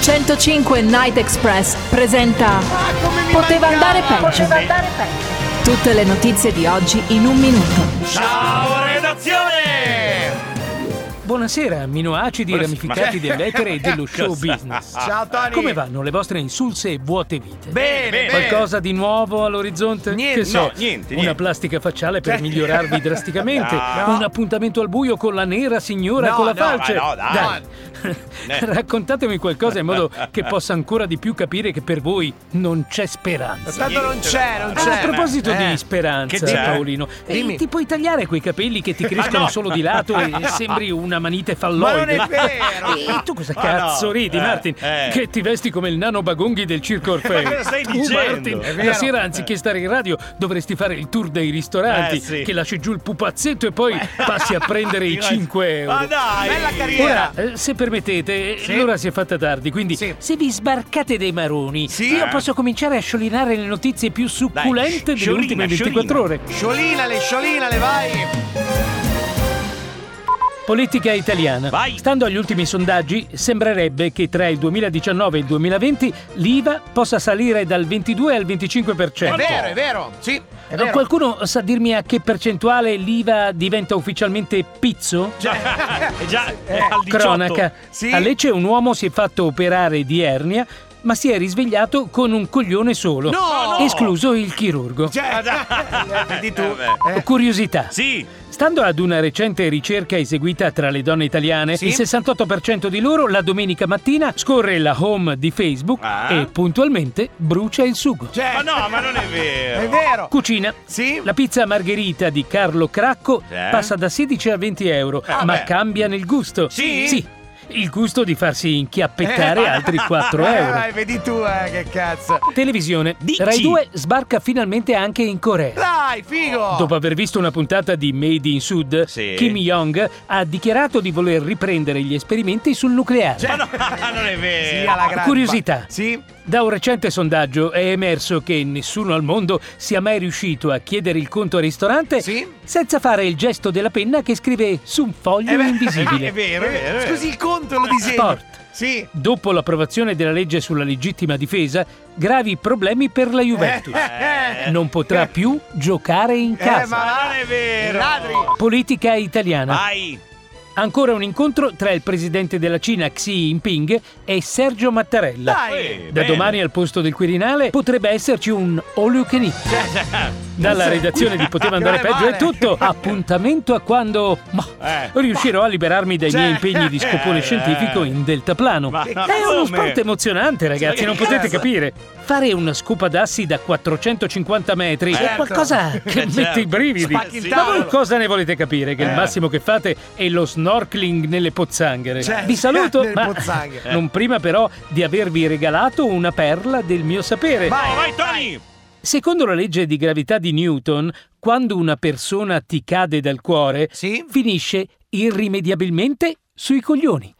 105 Night Express presenta Poteva andare peggio. Tutte le notizie di oggi in un minuto. Ciao redazione! Buonasera, aminoacidi Buonasera. ramificati Ma- dell'etere e dello Cosa? show business. Ciao Tony. Come vanno le vostre insulse e vuote vite? Bene, Bene. bene. Qualcosa di nuovo all'orizzonte? Niente, che so, no, niente, Una niente. Cioè, plastica facciale per migliorarvi drasticamente? No. Un appuntamento al buio con la nera signora No, con la no, falce? ma no, dai. Dai. Raccontatemi qualcosa in modo che possa ancora di più capire che per voi non c'è speranza. Tanto non c'è, non c'è. Ah, a proposito Eh. di speranza, Che c'è? Ah, Paolino, eh, Dimmi. ti puoi tagliare quei capelli che ti crescono no. solo di lato e sembri una manite Ma falloide? non è vero. E tu cosa Ma cazzo no. ridi, Eh, Martin? eh. Che ti vesti come il nano Bagonghi del Circo Orfeo. Ma cosa stai tu, dicendo? È Martin, vero. la sera anziché stare in radio dovresti fare il tour dei ristoranti, Eh, sì. che lasci giù il pupazzetto e poi passi a prendere i 5 euro. Ma dai! Bella carriera. Ora, eh, se permettete, eh, Sì. l'ora si è fatta tardi, quindi Sì. se vi sbarcate dei maroni, Sì. io posso cominciare a sciolinare le notizie più succulente delle sciolina, ultime 24 sciolina. ore. Sciolinale, sciolinale, vai. Politica italiana. Vai. Stando agli ultimi sondaggi, sembrerebbe che tra il 2019 e il 2020 l'IVA possa salire dal 22 al 25%. È vero, è vero. Sì, è vero. Qualcuno sa dirmi a che percentuale l'IVA diventa ufficialmente pizzo? Cioè, È già eh, è al 18. Cronaca. Sì. A Lecce un uomo si è fatto operare di ernia, ma si è risvegliato con un coglione solo, No! escluso il chirurgo. Ma Cioè, dai. vedi tu. Vabbè. Eh. Curiosità. Sì, Stando ad una recente ricerca eseguita tra le donne italiane, Sì. il 68% di loro la domenica mattina scorre la home di Facebook Ah. e puntualmente brucia il sugo. Cioè, ma no, ma non è vero. è vero. Cucina. Sì. La pizza margherita di Carlo Cracco Eh? passa da 16 a 20 euro, Ah, ma beh. cambia nel gusto. Sì? Ah. Sì. Il gusto di farsi inchiappettare Eh. altri 4 euro. Eh, vedi tu, eh, che cazzo. Televisione. Dici? Rai 2 sbarca finalmente anche in Corea. Dai, figo. Dopo aver visto una puntata di Made in Sud, Sì. Kim Jong ha dichiarato di voler riprendere gli esperimenti sul nucleare. Ma no, non è Sì, vero. alla grande. Curiosità. Sì. Da un recente sondaggio è emerso che nessuno al mondo sia mai riuscito a chiedere il conto al ristorante Sì. senza fare il gesto della penna che scrive su un foglio Eh beh, È invisibile. vero, è vero. è vero. Scusi, il conto lo disegno. Sport. Sì. Dopo l'approvazione della legge sulla legittima difesa, gravi problemi per la Juventus. Eh, Non potrà più giocare in eh, casa. ma Ah. Ma non è vero. Ladri. Politica italiana. Vai. Ancora un incontro tra il presidente della Cina Xi Jinping e Sergio Mattarella. Dai. Eh, Da domani al posto del Quirinale potrebbe esserci un all you can eat. Dalla redazione di Poteva andare Non è peggio è male. tutto. Appuntamento a quando ma, Eh. riuscirò a liberarmi dai Cioè, miei impegni di eh, scopone scientifico eh. in deltaplano. Ma È come? uno sport emozionante, ragazzi, Ma non che potete Cioè, cazzo? capire. Fare una scopa d'assi da 450 metri è Certo. qualcosa che Eh, certo. mette i brividi. Spacchi il Ma voi tavolo. cosa ne volete capire? Che Eh. il massimo che fate è lo snorkeling nelle pozzanghere. Certo. Vi saluto, Nelle ma pozzanghere. non prima però di avervi regalato una perla del mio sapere. Oh, vai Tony. Secondo la legge di gravità di Newton, quando una persona ti cade dal cuore, Sì. finisce irrimediabilmente sui coglioni.